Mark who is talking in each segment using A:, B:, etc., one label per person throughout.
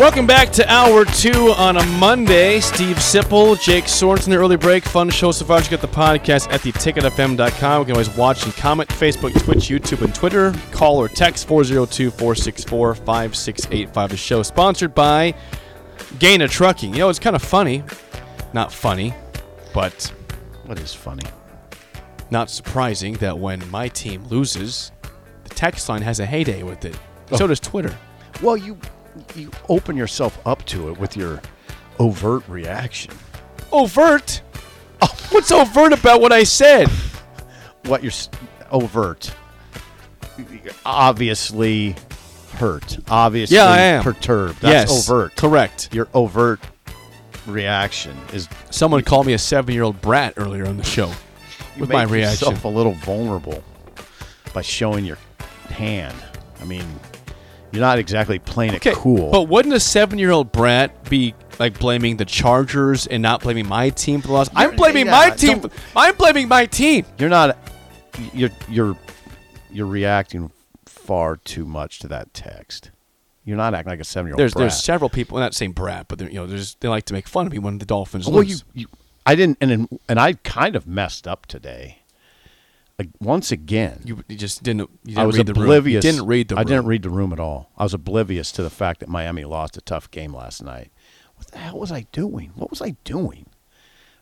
A: Welcome back to hour two on a Monday. Steve Sipple, Jake Sorensen, the early break. Fun show so far. You get the podcast at theticketfm.com. You can always watch and comment Facebook, Twitch, YouTube, and Twitter. Call or text 402 464 5685. The show sponsored by Gaina Trucking. You know, it's kind of funny. Not funny, but
B: What is funny?
A: not surprising that when my team loses, the text line has a heyday with it. So does Twitter.
B: Well, you you open yourself up to it with your overt reaction.
A: Overt? Oh, What's overt about what I said?
B: What you're s- overt, obviously hurt, obviously
A: Yeah, I am.
B: perturbed. That's
A: yes,
B: overt.
A: Correct.
B: Your overt reaction is
A: Someone called me a seven-year-old brat earlier on the show
B: you
A: with
B: make
A: my reaction.
B: yourself a little vulnerable by showing your hand. I mean, you're not exactly playing it cool.
A: But wouldn't a seven-year-old brat be like blaming the Chargers and not blaming my team for the loss? I'm
B: You're-
A: blaming
B: yeah,
A: my
B: don't-
A: team. I'm blaming my team.
B: you're not you're you're you're reacting far too much to that text. You're not acting like a seven year old.
A: There's there's several people, not saying brat, but they're, you know, there's they like to make fun of me when the Dolphins
B: well, you,
A: lose.
B: you I didn't and then- and I kind of messed up today. Like, Once again,
A: you, you just didn't. You didn't
B: I was
A: read the room. You
B: oblivious.
A: didn't read the.
B: I didn't
A: room.
B: read the room at all. I was oblivious to the fact that Miami lost a tough game last night. What the hell was I doing? What was I doing?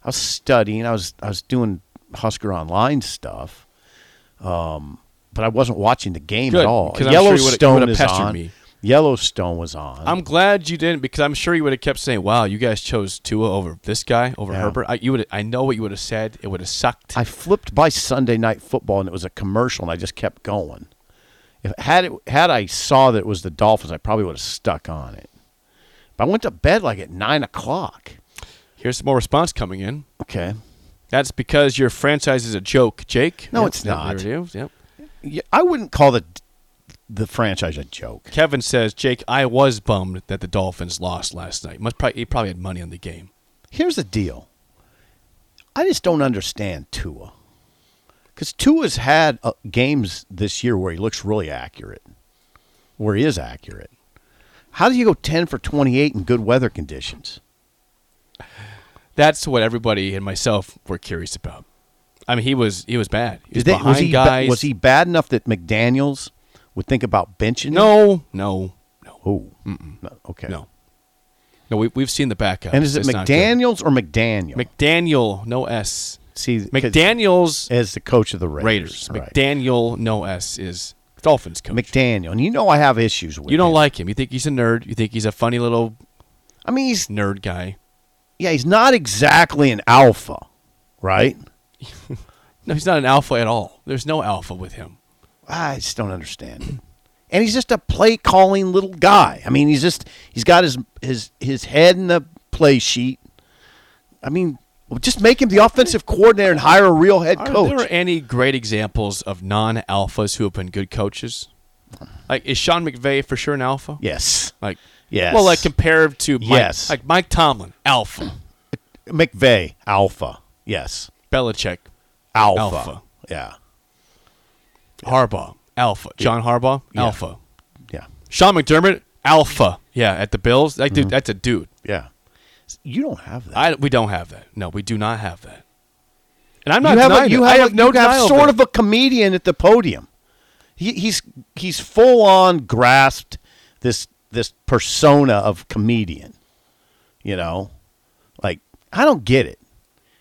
B: I was studying. I was I was doing Husker online stuff. Um, but I wasn't watching the game
A: Good,
B: at all.
A: 'cause I'm sure you would've- you
B: Yellowstone
A: would've
B: is
A: pestered
B: on.
A: me.
B: Yellowstone was on.
A: I'm glad you didn't because I'm sure you would have kept saying, "Wow, you guys chose Tua over this guy over
B: Yeah.
A: Herbert." I, you would. I know what you would have said. It would have sucked.
B: I flipped by Sunday Night Football and it was a commercial, and I just kept going. If had it, had I saw that it was the Dolphins, I probably would have stuck on it. But I went to bed like at nine o'clock.
A: Here's some more response coming in.
B: Okay.
A: That's because your franchise is a joke, Jake.
B: No, it's not.
A: there it is. Yep.
B: Yeah, I wouldn't call the the franchise a joke.
A: Kevin says, Jake, I was bummed that the Dolphins lost last night. Must probably, he probably had money on the game.
B: Here's the deal. I just don't understand Tua. Because Tua's had uh, games this year where he looks really accurate, where he is accurate. How do you go 10 for 28 in good weather conditions?
A: That's what everybody and myself were curious about. I mean, he was he was bad. He
B: Did
A: was
B: they-
A: behind
B: was, he ba-
A: guys.
B: was he bad enough that McDaniels would think about benching? him?
A: No, no, no,
B: Oh, no, okay.
A: no, no. We we've seen the backup.
B: And is it
A: It's not good.
B: McDaniels or McDaniel?
A: McDaniel, no S.
B: See, 'cause-
A: McDaniel's
B: as the coach of the
A: Raiders.
B: Raiders. right.
A: McDaniel, no S, is Dolphins coach.
B: McDaniel, and you know I have issues with.
A: you don't
B: him.
A: like him. You think he's a nerd. You think he's a funny little
B: I mean, he's
A: nerd guy.
B: yeah, he's not exactly an alpha, right?
A: No, he's not an alpha at all. There's no alpha with him.
B: I just don't understand. it. and he's just a play calling little guy. I mean, he's just he's got his his his head in the play sheet. I mean, just make him the offensive coordinator and hire a real head
A: Are
B: coach.
A: there any great examples of non-alphas who have been good coaches? Like is Sean McVay for sure an alpha?
B: yes,
A: Like
B: Yes.
A: Well, like compared to Mike,
B: Yes.
A: like Mike Tomlin, alpha.
B: McVeigh, alpha. Yes,
A: Belichick,
B: alpha.
A: Alpha.
B: Yeah,
A: Harbaugh, alpha. John Harbaugh,
B: Yeah.
A: alpha.
B: yeah,
A: Sean McDermott, alpha. Yeah, at the Bills, like
B: Mm-hmm.
A: dude, that's a dude.
B: yeah. You don't have that.
A: I we don't have that. No, we do not have that. And I'm not
B: you have,
A: denying
B: a, you
A: it.
B: have,
A: I
B: a-
A: have no
B: you have
A: denial
B: sort
A: it.
B: of a comedian at the podium. He, he's he's full on grasped this this persona of comedian. You know, like I don't get it.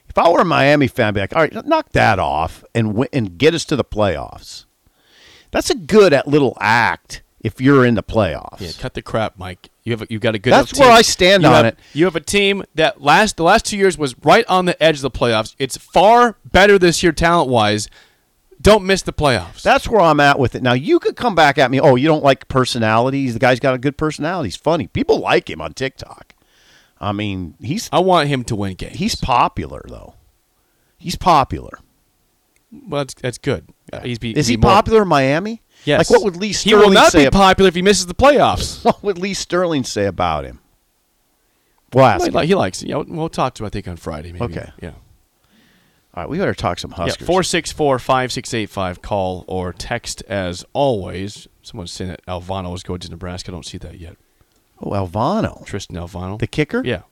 B: If I were a Miami fan, I'd be like, all right, knock that off and win, and get us to the playoffs. That's a good at little act if you're in the playoffs.
A: Yeah, cut the crap, Mike. You You have a, you've got a good.
B: That's
A: enough team.
B: where I stand
A: You
B: on
A: have-
B: it.
A: You have a team that last the last two years was right on the edge of the playoffs. It's far better this year talent wise. Don't miss the playoffs.
B: That's where I'm at with it. Now you could come back at me. Oh, you don't like personalities. The guy's got a good personality. He's funny. People like him on TikTok. I mean, he's
A: I want him to win games.
B: he's popular though. He's popular.
A: well, that's, that's good. He's be,
B: Is
A: be
B: he
A: more-
B: popular in Miami?
A: Yes.
B: Like what would Lee
A: He
B: Sterling
A: will not
B: say?
A: be
B: ab-
A: popular if he misses the playoffs.
B: what would Lee Sterling say about him? We'll ask.
A: He,
B: him.
A: li- he likes. You know, we'll talk to him, I think on Friday. Maybe.
B: Okay.
A: Yeah.
B: All right, we better talk some Huskers.
A: Yeah, 464 5685. Call or text as always. Someone's saying that Alvano is going to Nebraska. I don't see that yet.
B: oh, Alvano,
A: Tristan Alvano.
B: the kicker.
A: Yeah.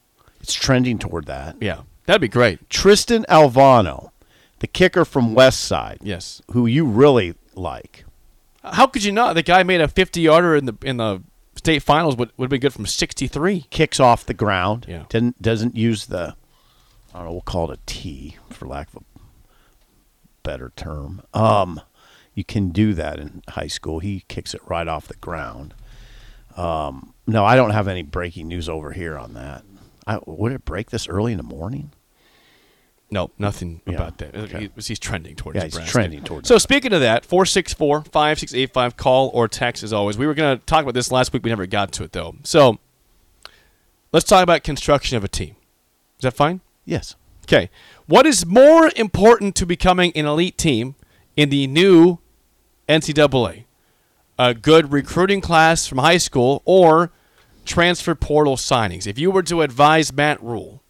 B: it's trending toward that.
A: Yeah. That'd be great.
B: Tristan Alvano, the kicker from West Side,
A: Yes.
B: who you really like.
A: How could you not? The guy made a 50 yarder in the in the state finals, would would have been good from 63.
B: kicks off the ground.
A: Yeah.
B: Doesn't doesn't use the I don't know, we'll call it a tee for lack of a better term. Um you can do that in high school. He kicks it right off the ground. Um no, I don't have any breaking news over here on that. I, would it break this early in the morning?
A: No, nothing
B: Yeah.
A: about that. Uh,
B: Okay.
A: He- he's trending towards
B: Yeah, he's
A: Nebraska.
B: trending towards
A: So speaking of that, 464-5685, call or text as always. We were going to talk about this last week. We never got to it, though. So let's talk about construction of a team. Is that fine?
B: Yes.
A: Okay. What is more important to becoming an elite team in the new NCAA? A good recruiting class from high school or transfer portal signings? If you were to advise Matt Rule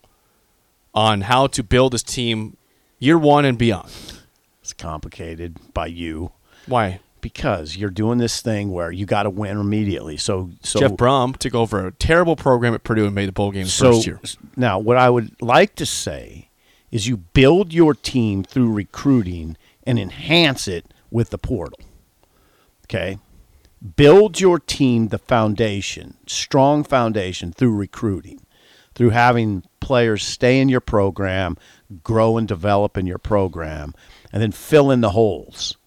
A: on how to build this team year one and beyond,
B: It's complicated by you
A: why?
B: because you're doing this thing where you got to win immediately. So so
A: Jeff Brom took over a terrible program at Purdue and made the bowl game
B: so
A: first year.
B: s- now what I would like to say is you build your team through recruiting and enhance it with the portal. Okay? Build your team the foundation, strong foundation through recruiting, through having players stay in your program, grow and develop in your program, and then fill in the holes.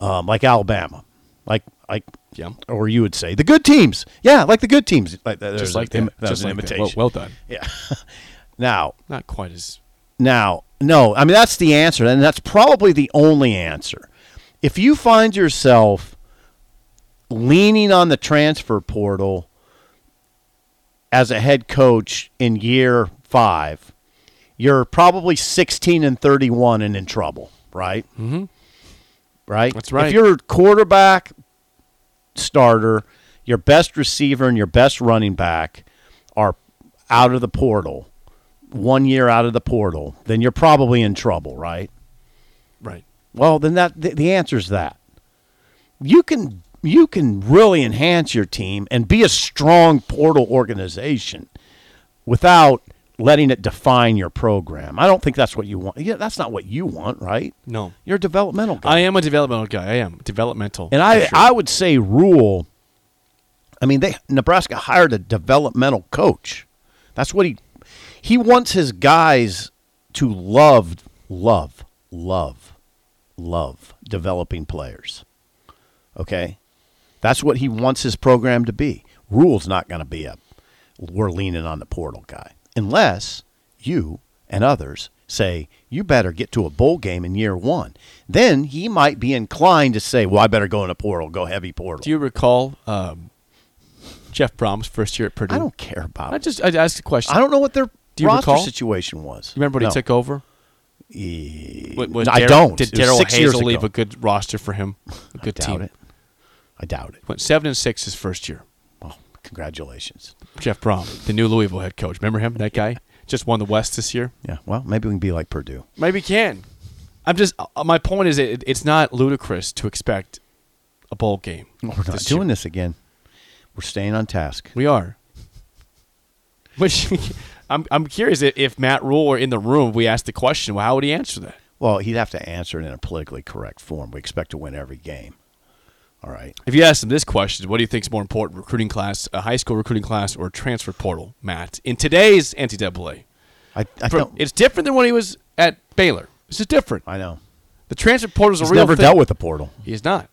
B: Um, like Alabama. Like like
A: Yeah.
B: or you would say the good teams. Yeah, like the good teams. Like that-
A: Just
B: there's
A: like
B: an im-
A: that.
B: that was
A: Just
B: an
A: like that.
B: imitation.
A: Well, well done.
B: Yeah. now,
A: Not quite as.
B: now, no. I mean, that's the answer, and that's probably the only answer. If you find yourself leaning on the transfer portal as a head coach in year five, you're probably 16 and 31 and in trouble, right? Mm-hmm. Right?
A: That's right.
B: If you're quarterback, starter, your best receiver, and your best running back are out of the portal, one year out of the portal, then you're probably in trouble, right?
A: Right.
B: Well, then that the, the answer is that you can you can really enhance your team and be a strong portal organization without letting it define your program. I don't think that's what you want. Yeah, that's not what you want, right?
A: No.
B: You're a developmental guy.
A: I am a developmental guy. I am developmental.
B: And
A: for
B: I,
A: sure.
B: I would say rule. I mean, they Nebraska hired a developmental coach. That's what he he wants his guys to love, love, love, love developing players. Okay, that's what he wants his program to be. Rule's not going to be a we're leaning on the portal guy unless you and others say you better get to a bowl game in year one. Then he might be inclined to say, "Well, I better go in a portal, go heavy portal."
A: Do you recall um, Jeff Brom's first year at Purdue?
B: I don't care about.
A: I
B: it.
A: just I asked a question.
B: I don't know what their
A: Do you
B: roster
A: recall?
B: situation was.
A: remember when
B: no.
A: he took over. What- was
B: I
A: Dar-
B: don't.
A: Did
B: It was
A: Daryl
B: six years
A: Hazel
B: ago.
A: leave a good roster for him? A good
B: Doubt
A: team.
B: it. I doubt it.
A: Went seven and six his first year.
B: Well, congratulations.
A: Jeff Brom, the new Louisville head coach. Remember him? That guy just won the West this year.
B: Yeah. Well, maybe we can be like Purdue.
A: Maybe can. I'm just. uh, My point is, it, it's not ludicrous to expect a bowl game.
B: We're not
A: this year.
B: doing this again. We're staying on task.
A: We are. Which I'm I'm curious if, if Matt Rule were in the room, if we asked the question, well, how would he answer that?
B: Well, he'd have to answer it in a politically correct form. We expect to win every game. All right.
A: If you ask him this question, what do you think is more important, recruiting class, a high school recruiting class, or transfer portal, Matt? In today's NCAA,
B: I, I
A: For-
B: don't.
A: it's different than when he was at Baylor. This is different.
B: I know.
A: The transfer portal is a
B: He's
A: real
B: never
A: thing.
B: dealt with the portal.
A: He's not.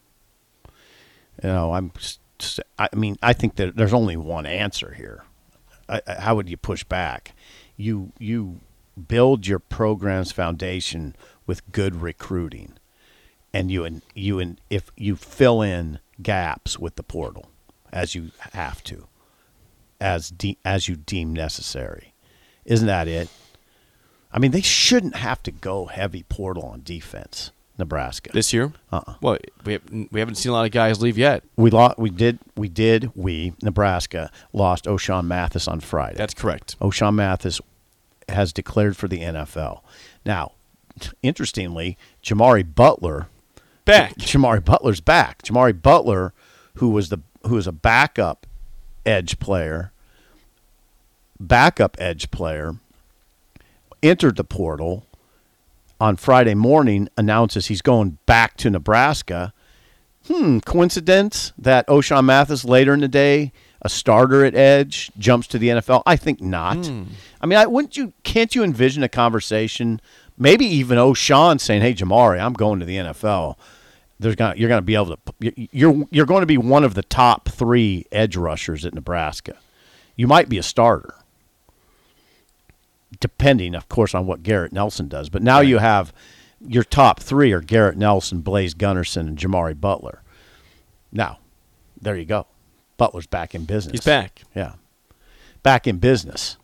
B: You know, I'm s- s- I mean, I think that there's only one answer here. I, I, how would you push back? You you build your program's foundation with good recruiting, and you and you and if you fill in gaps with the portal as you have to, as de- as you deem necessary. Isn't that it? I mean, they shouldn't have to go heavy portal on defense. Nebraska.
A: this year.
B: Uh-uh.
A: Well, we, have, we haven't seen a lot of guys leave yet.
B: We lost. We did. We did. We Nebraska lost O'Shawn Mathis on Friday.
A: That's correct.
B: O'Shawn Mathis has declared for the NFL. Now, interestingly, Jamari Butler
A: Back.
B: Jamari Butler's back. Jamari Butler, who was the who was a backup edge player, backup edge player, entered the portal on Friday morning, announces he's going back to Nebraska. Hmm, coincidence that O'Shawn Mathis later in the day, a starter at edge, jumps to the NFL? I think not. I mean, I wouldn't you can't you envision a conversation, maybe even O'Shawn saying, "Hey, Jamari, I'm going to the NFL." There's gonna you're gonna be able to you- you're you're going to be one of the top three edge rushers at Nebraska. You might be a starter, depending, of course, on what Garrett Nelson does. But now you have your top three are Garrett Nelson, Blaze Gunnerson, and Jamari Butler. Now, there you go. Butler's back in business.
A: He's back.
B: Yeah. Back in business.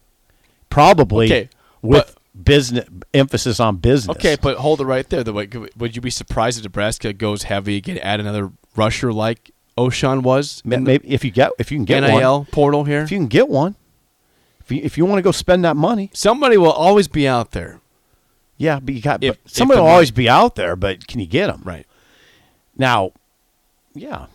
B: Probably
A: Okay,
B: with business emphasis on business.
A: Okay, but hold it right there. The way, would you be surprised if Nebraska goes heavy again, add another rusher like O'Shawn was?
B: Ma-
A: in the
B: maybe if you get if you can get
A: NIL
B: one,
A: portal here.
B: if you can get one, if you, if you want to go spend that money,
A: Somebody will always be out there.
B: yeah, but you got
A: If-
B: but
A: if
B: somebody
A: the
B: will
A: money-
B: always be out there, but can you get them now? Yeah.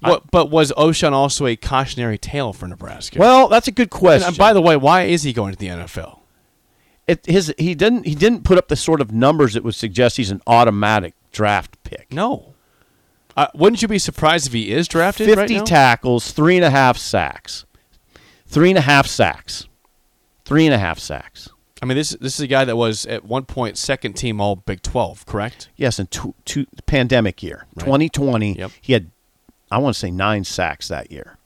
A: What, but was O'Shawn also a cautionary tale for Nebraska?
B: Well, that's a good
A: and,
B: question.
A: uh, by the way, why is he going to the NFL?
B: it, his he didn't he didn't put up the sort of numbers that would suggest he's an automatic draft pick.
A: No. Uh, wouldn't you be surprised if he is drafted
B: 50
A: right now?
B: tackles, three and a half sacks. Three and a half sacks. Three and a half sacks.
A: I mean, this this is a guy that was at one point second team All Big Twelve, correct?
B: Yes, in two, two pandemic year, 2020,
A: Yep.
B: he had, I want to say nine sacks that year,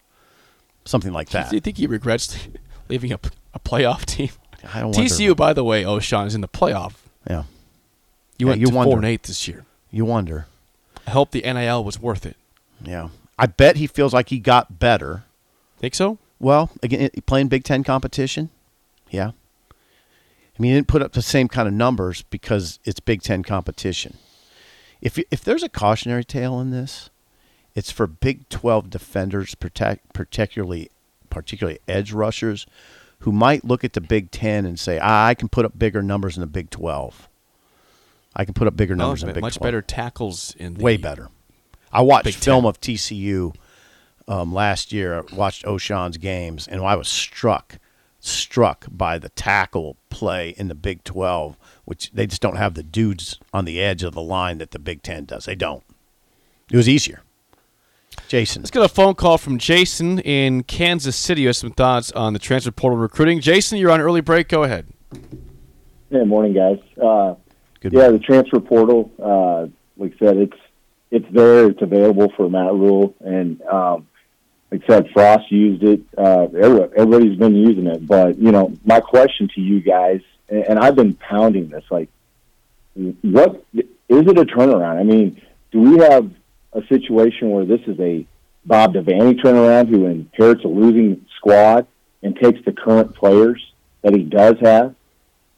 B: something like that.
A: Do you think he regrets leaving a, a playoff team?
B: I don't wonder.
A: TCU, by the way, O'Shawn is in the playoff.
B: Yeah,
A: You
B: Yeah,
A: went
B: you
A: to four
B: wonder.
A: and eight this year.
B: you wonder.
A: I hope the NIL was worth it.
B: Yeah, I bet he feels like he got better.
A: Think so?
B: Well, again, i- playing Big Ten competition, yeah. I mean, he didn't put up the same kind of numbers because it's Big Ten competition. If y- if there's a cautionary tale in this, it's for Big Twelve defenders, protect, particularly particularly edge rushers, who might look at the Big Ten and say, ah, "I can put up bigger numbers in the Big Twelve. I can put up bigger numbers in
A: No,
B: the Big
A: much
B: 12
A: better tackles in the
B: way better. I watched
A: Big
B: film
A: Ten.
B: of TCU um, last year. I Watched O'Shawn's games, and I was struck, struck by the tackle play in the Big Twelve, which they just don't have the dudes on the edge of the line that the Big Ten does. They don't. It was easier. Jason,
A: Let's get a phone call from Jason in Kansas City. who has some thoughts on the transfer portal recruiting. Jason, you're on early break. Go ahead.
C: Hey, morning, guys. Uh,
B: good.
C: yeah, the transfer portal, uh, like I said, it's it's there. It's available for Matt Rule, and um, like I said, Frost used it. Uh, everyone, everybody's been using it. But you know, my question to you guys, and, and I've been pounding this, like, what is it a turnaround? I mean, do we have a situation where this is a Bob Devaney turnaround who inherits a losing squad and takes the current players that he does have?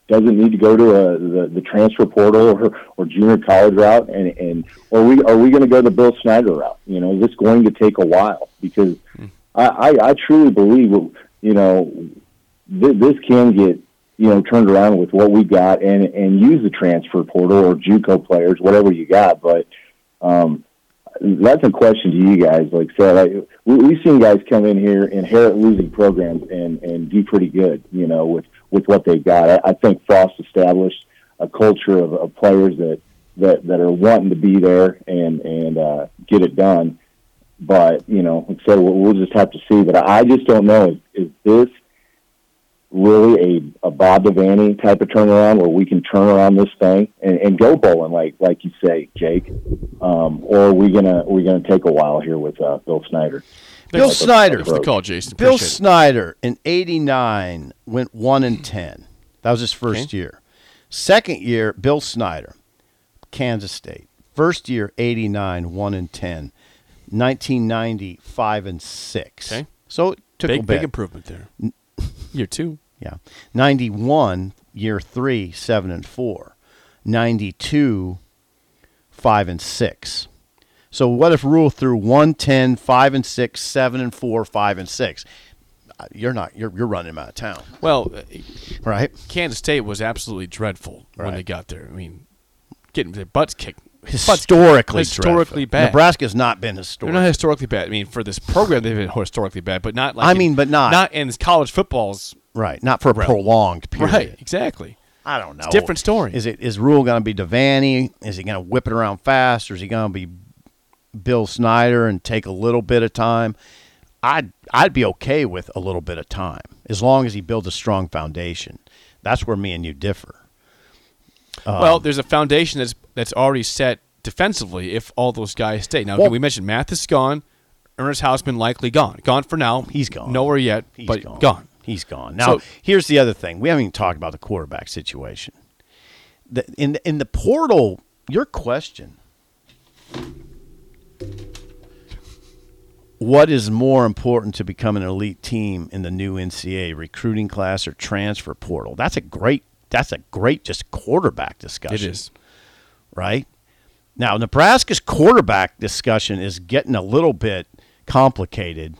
C: doesn't need to go to a, the, the transfer portal or, or junior college route and, and or we are we going to go the Bill Snyder route? You know, is this going to take a while? Because I, I, I truly believe you know th- this can get you know turned around with what we got and and use the transfer portal or JUCO players, whatever you got. But um, that's a question to you guys. Like I said, I, we, we've seen guys come in here, inherit losing programs, and and do pretty good. You know, with with what they got. I, I think Frost established a culture of, of players that that that are wanting to be there and and uh, get it done. But you know, like I said, we'll, we'll just have to see. But I just don't know. Is, is this really a, a Bob Devaney type of turnaround where we can turn around this thing and, and go bowling like like you say, Jake? Um, or are we gonna are we gonna take a while here with uh, Bill Snyder?
B: Bill Snyder.
A: Thanks for the call, Jason.
B: Bill
A: Appreciate it.
B: Snyder in '89 went one and ten. That was his first year. Second year, Bill Snyder, Kansas State. First year, '89, one and ten. 1990, five and six.
A: Okay.
B: So it took a
A: Big,
B: bit.
A: big improvement there. Year two.
B: Yeah. 91, year three, seven and four. 92, five and six. So what if rule through 110, five and six, seven and four, five and six? Uh, You're not, you're, you're running him out of town,
A: Well, uh,
B: right?
A: Kansas State was absolutely dreadful when
B: Right.
A: they got there. I mean, getting their butts kicked.
B: Historically,
A: Historically
B: dreadful.
A: bad.
B: Nebraska's not been
A: They're
B: historic.
A: not historically bad. I mean, for this program, they've been historically bad, but not like
B: I
A: in-
B: mean, but not-
A: not in college football's
B: right. Not for a prolonged period.
A: right. Exactly.
B: I don't know.
A: different story.
B: Is it is Rule going to be Devaney? Is he going to whip it around fast, or is he going to be Bill Snyder and take a little bit of time? I'd I'd be okay with a little bit of time as long as he builds a strong foundation. That's where me and you differ. Um,
A: well, there's a foundation that's that's already set defensively if all those guys stay. Now,
B: Well-
A: we mentioned Math is gone. Ernest Hausman likely gone. Gone for now.
B: He's gone.
A: Nowhere yet,
B: He's
A: but
B: gone.
A: gone.
B: He's gone. Now,
A: So-
B: here's the other thing. We haven't even talked about the quarterback situation. The, in the, in the portal, your question. What is more important to become an elite team in the new NCAA recruiting class or transfer portal? That's a great. That's a great just quarterback
A: It
B: discussion
A: is.
B: right? Now, Nebraska's quarterback discussion is getting a little bit complicated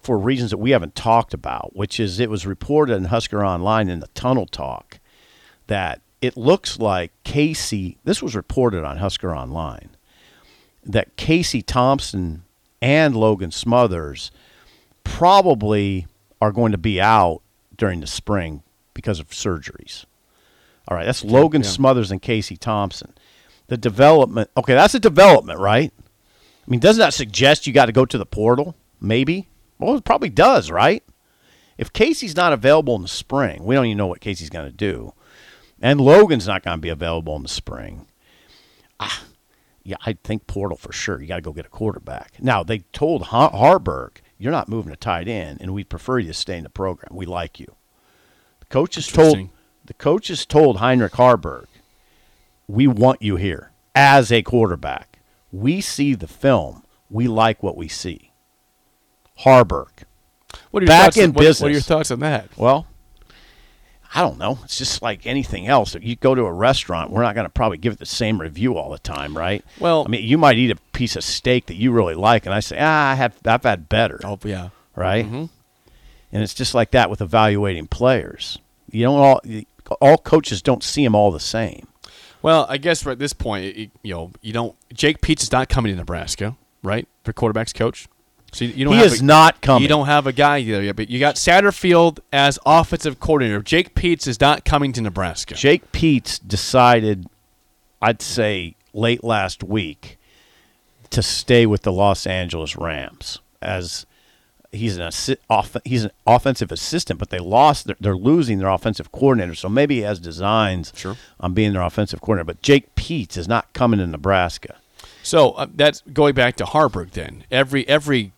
B: for reasons that we haven't talked about, which is it was reported in Husker Online in the tunnel talk that it looks like Casey, this was reported on Husker Online, that Casey Thompson and Logan Smothers probably are going to be out during the spring because of surgeries. All right, that's Logan Smothers and Casey Thompson. The development, okay, that's a development, right? I mean, doesn't that suggest you got to go to the portal? Maybe. Well, it probably does, right? If Casey's not available in the spring, we don't even know what Casey's going to do, and Logan's not going to be available in the spring. Ah, Yeah, I think portal for sure. You got to go get a quarterback. Now they told Har- Harburg, "You're not moving to tight end, and we prefer you to stay in the program. We like you." The coaches told
A: Interesting.
B: the coaches told Heinrich Harburg, "We want you here as a quarterback. We see the film. We like what we see." Harburg.
A: What are your
B: Back
A: thoughts
B: in
A: on, what- What,
B: business.
A: are your thoughts on that?
B: Well, I don't know. It's just like anything else. If you go to a restaurant, we're not going to probably give it the same review all the time, right?
A: Well-
B: I mean, you might eat a piece of steak that you really like, and I say, ah, I have, I've had better,
A: Oh, mm-hmm. yeah.
B: right? And it's just like that with evaluating players. You don't all all coaches don't see them all the same.
A: Well, I guess at this point, it- it- you know, you don't. Jake Peets is not coming to Nebraska, right? For quarterbacks coach, so you, you don't.
B: He
A: have
B: is
A: a,
B: not coming.
A: You don't have a guy there yet, but you got Satterfield as offensive coordinator. Jake Peets is not coming to Nebraska.
B: Jake Peets decided, I'd say late last week, to stay with the Los Angeles Rams as he's an assi- off, he's an offensive assistant, but they lost their, they're losing their offensive coordinator, so maybe he has designs
A: Sure.
B: on being their offensive coordinator. But Jake Peets is not coming to Nebraska.
A: So uh, that's going back to Harburg. Then every every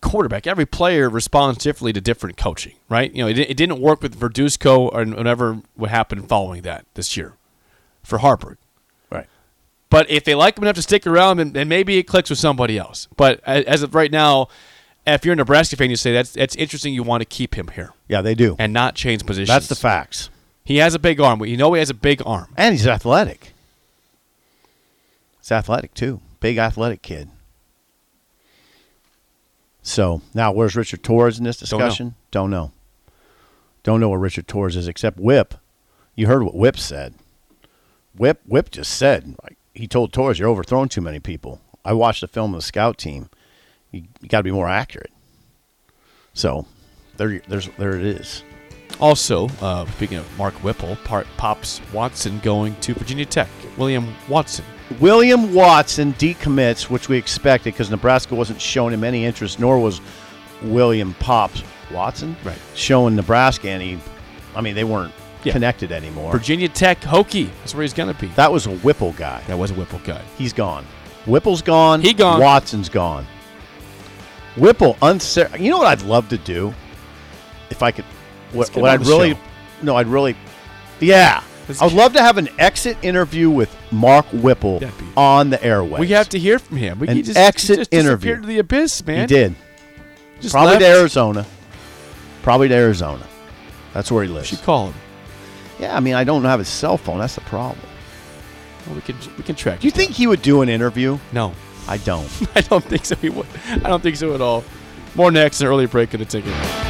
A: quarterback, every player responds differently to different coaching, right? You know, it, di- it didn't work with Verduzco or whatever what happened following that this year for Harburg.
B: Right.
A: But if they like him enough to stick around, then, then maybe it clicks with somebody else. But a- as of right now, if you're a Nebraska fan, you say that's that's interesting. You want to keep him here
B: Yeah, they do.
A: and not change positions.
B: That's the facts.
A: He has a big arm. You know he has a big arm.
B: And he's athletic. He's athletic too. Big athletic kid. So now where's Richard Torres in this
A: Don't know.
B: discussion? Don't know. Don't know, where Richard Torres is except Whip. You heard what Whip said. Whip Whip just said like he told Torres, You're overthrowing too many people. I watched the film of the scout team. You, you gotta be more accurate. So there there's there it is.
A: Also, uh, speaking of Mark Whipple, part Pops Watson going to Virginia Tech. William Watson.
B: William Watson decommits, which we expected because Nebraska wasn't showing him any interest, nor was William Pops Watson,
A: Right.
B: showing Nebraska any. I mean, they weren't
A: Yeah.
B: connected anymore.
A: Virginia Tech Hokie. That's where he's gonna be.
B: that was a Whipple guy.
A: That was a Whipple cut.
B: He's gone. Whipple's gone.
A: He gone.
B: Watson's gone. Whipple unser- You know what I'd love to do, if I could.
A: Let's
B: What,
A: get
B: what
A: him on
B: I'd
A: the
B: really,
A: show.
B: no, I'd really, yeah.
A: Let's
B: I would
A: get-
B: love to have an exit interview with Mark Whipple
A: That'd be-
B: on the airwaves.
A: We have to hear from him. We
B: An
A: he just,
B: exit
A: he just
B: interview.
A: disappeared to the abyss, man.
B: He did.
A: Just
B: Probably
A: left.
B: to Arizona. Probably to Arizona. That's where he lives.
A: We should call him.
B: Yeah, I mean, I don't have his cell phone. That's the problem.
A: Well, we can we can track.
B: Do you think he would do an interview?
A: No,
B: I don't.
A: I don't think so. He would. I don't think so at all. More next. An early break of the ticket.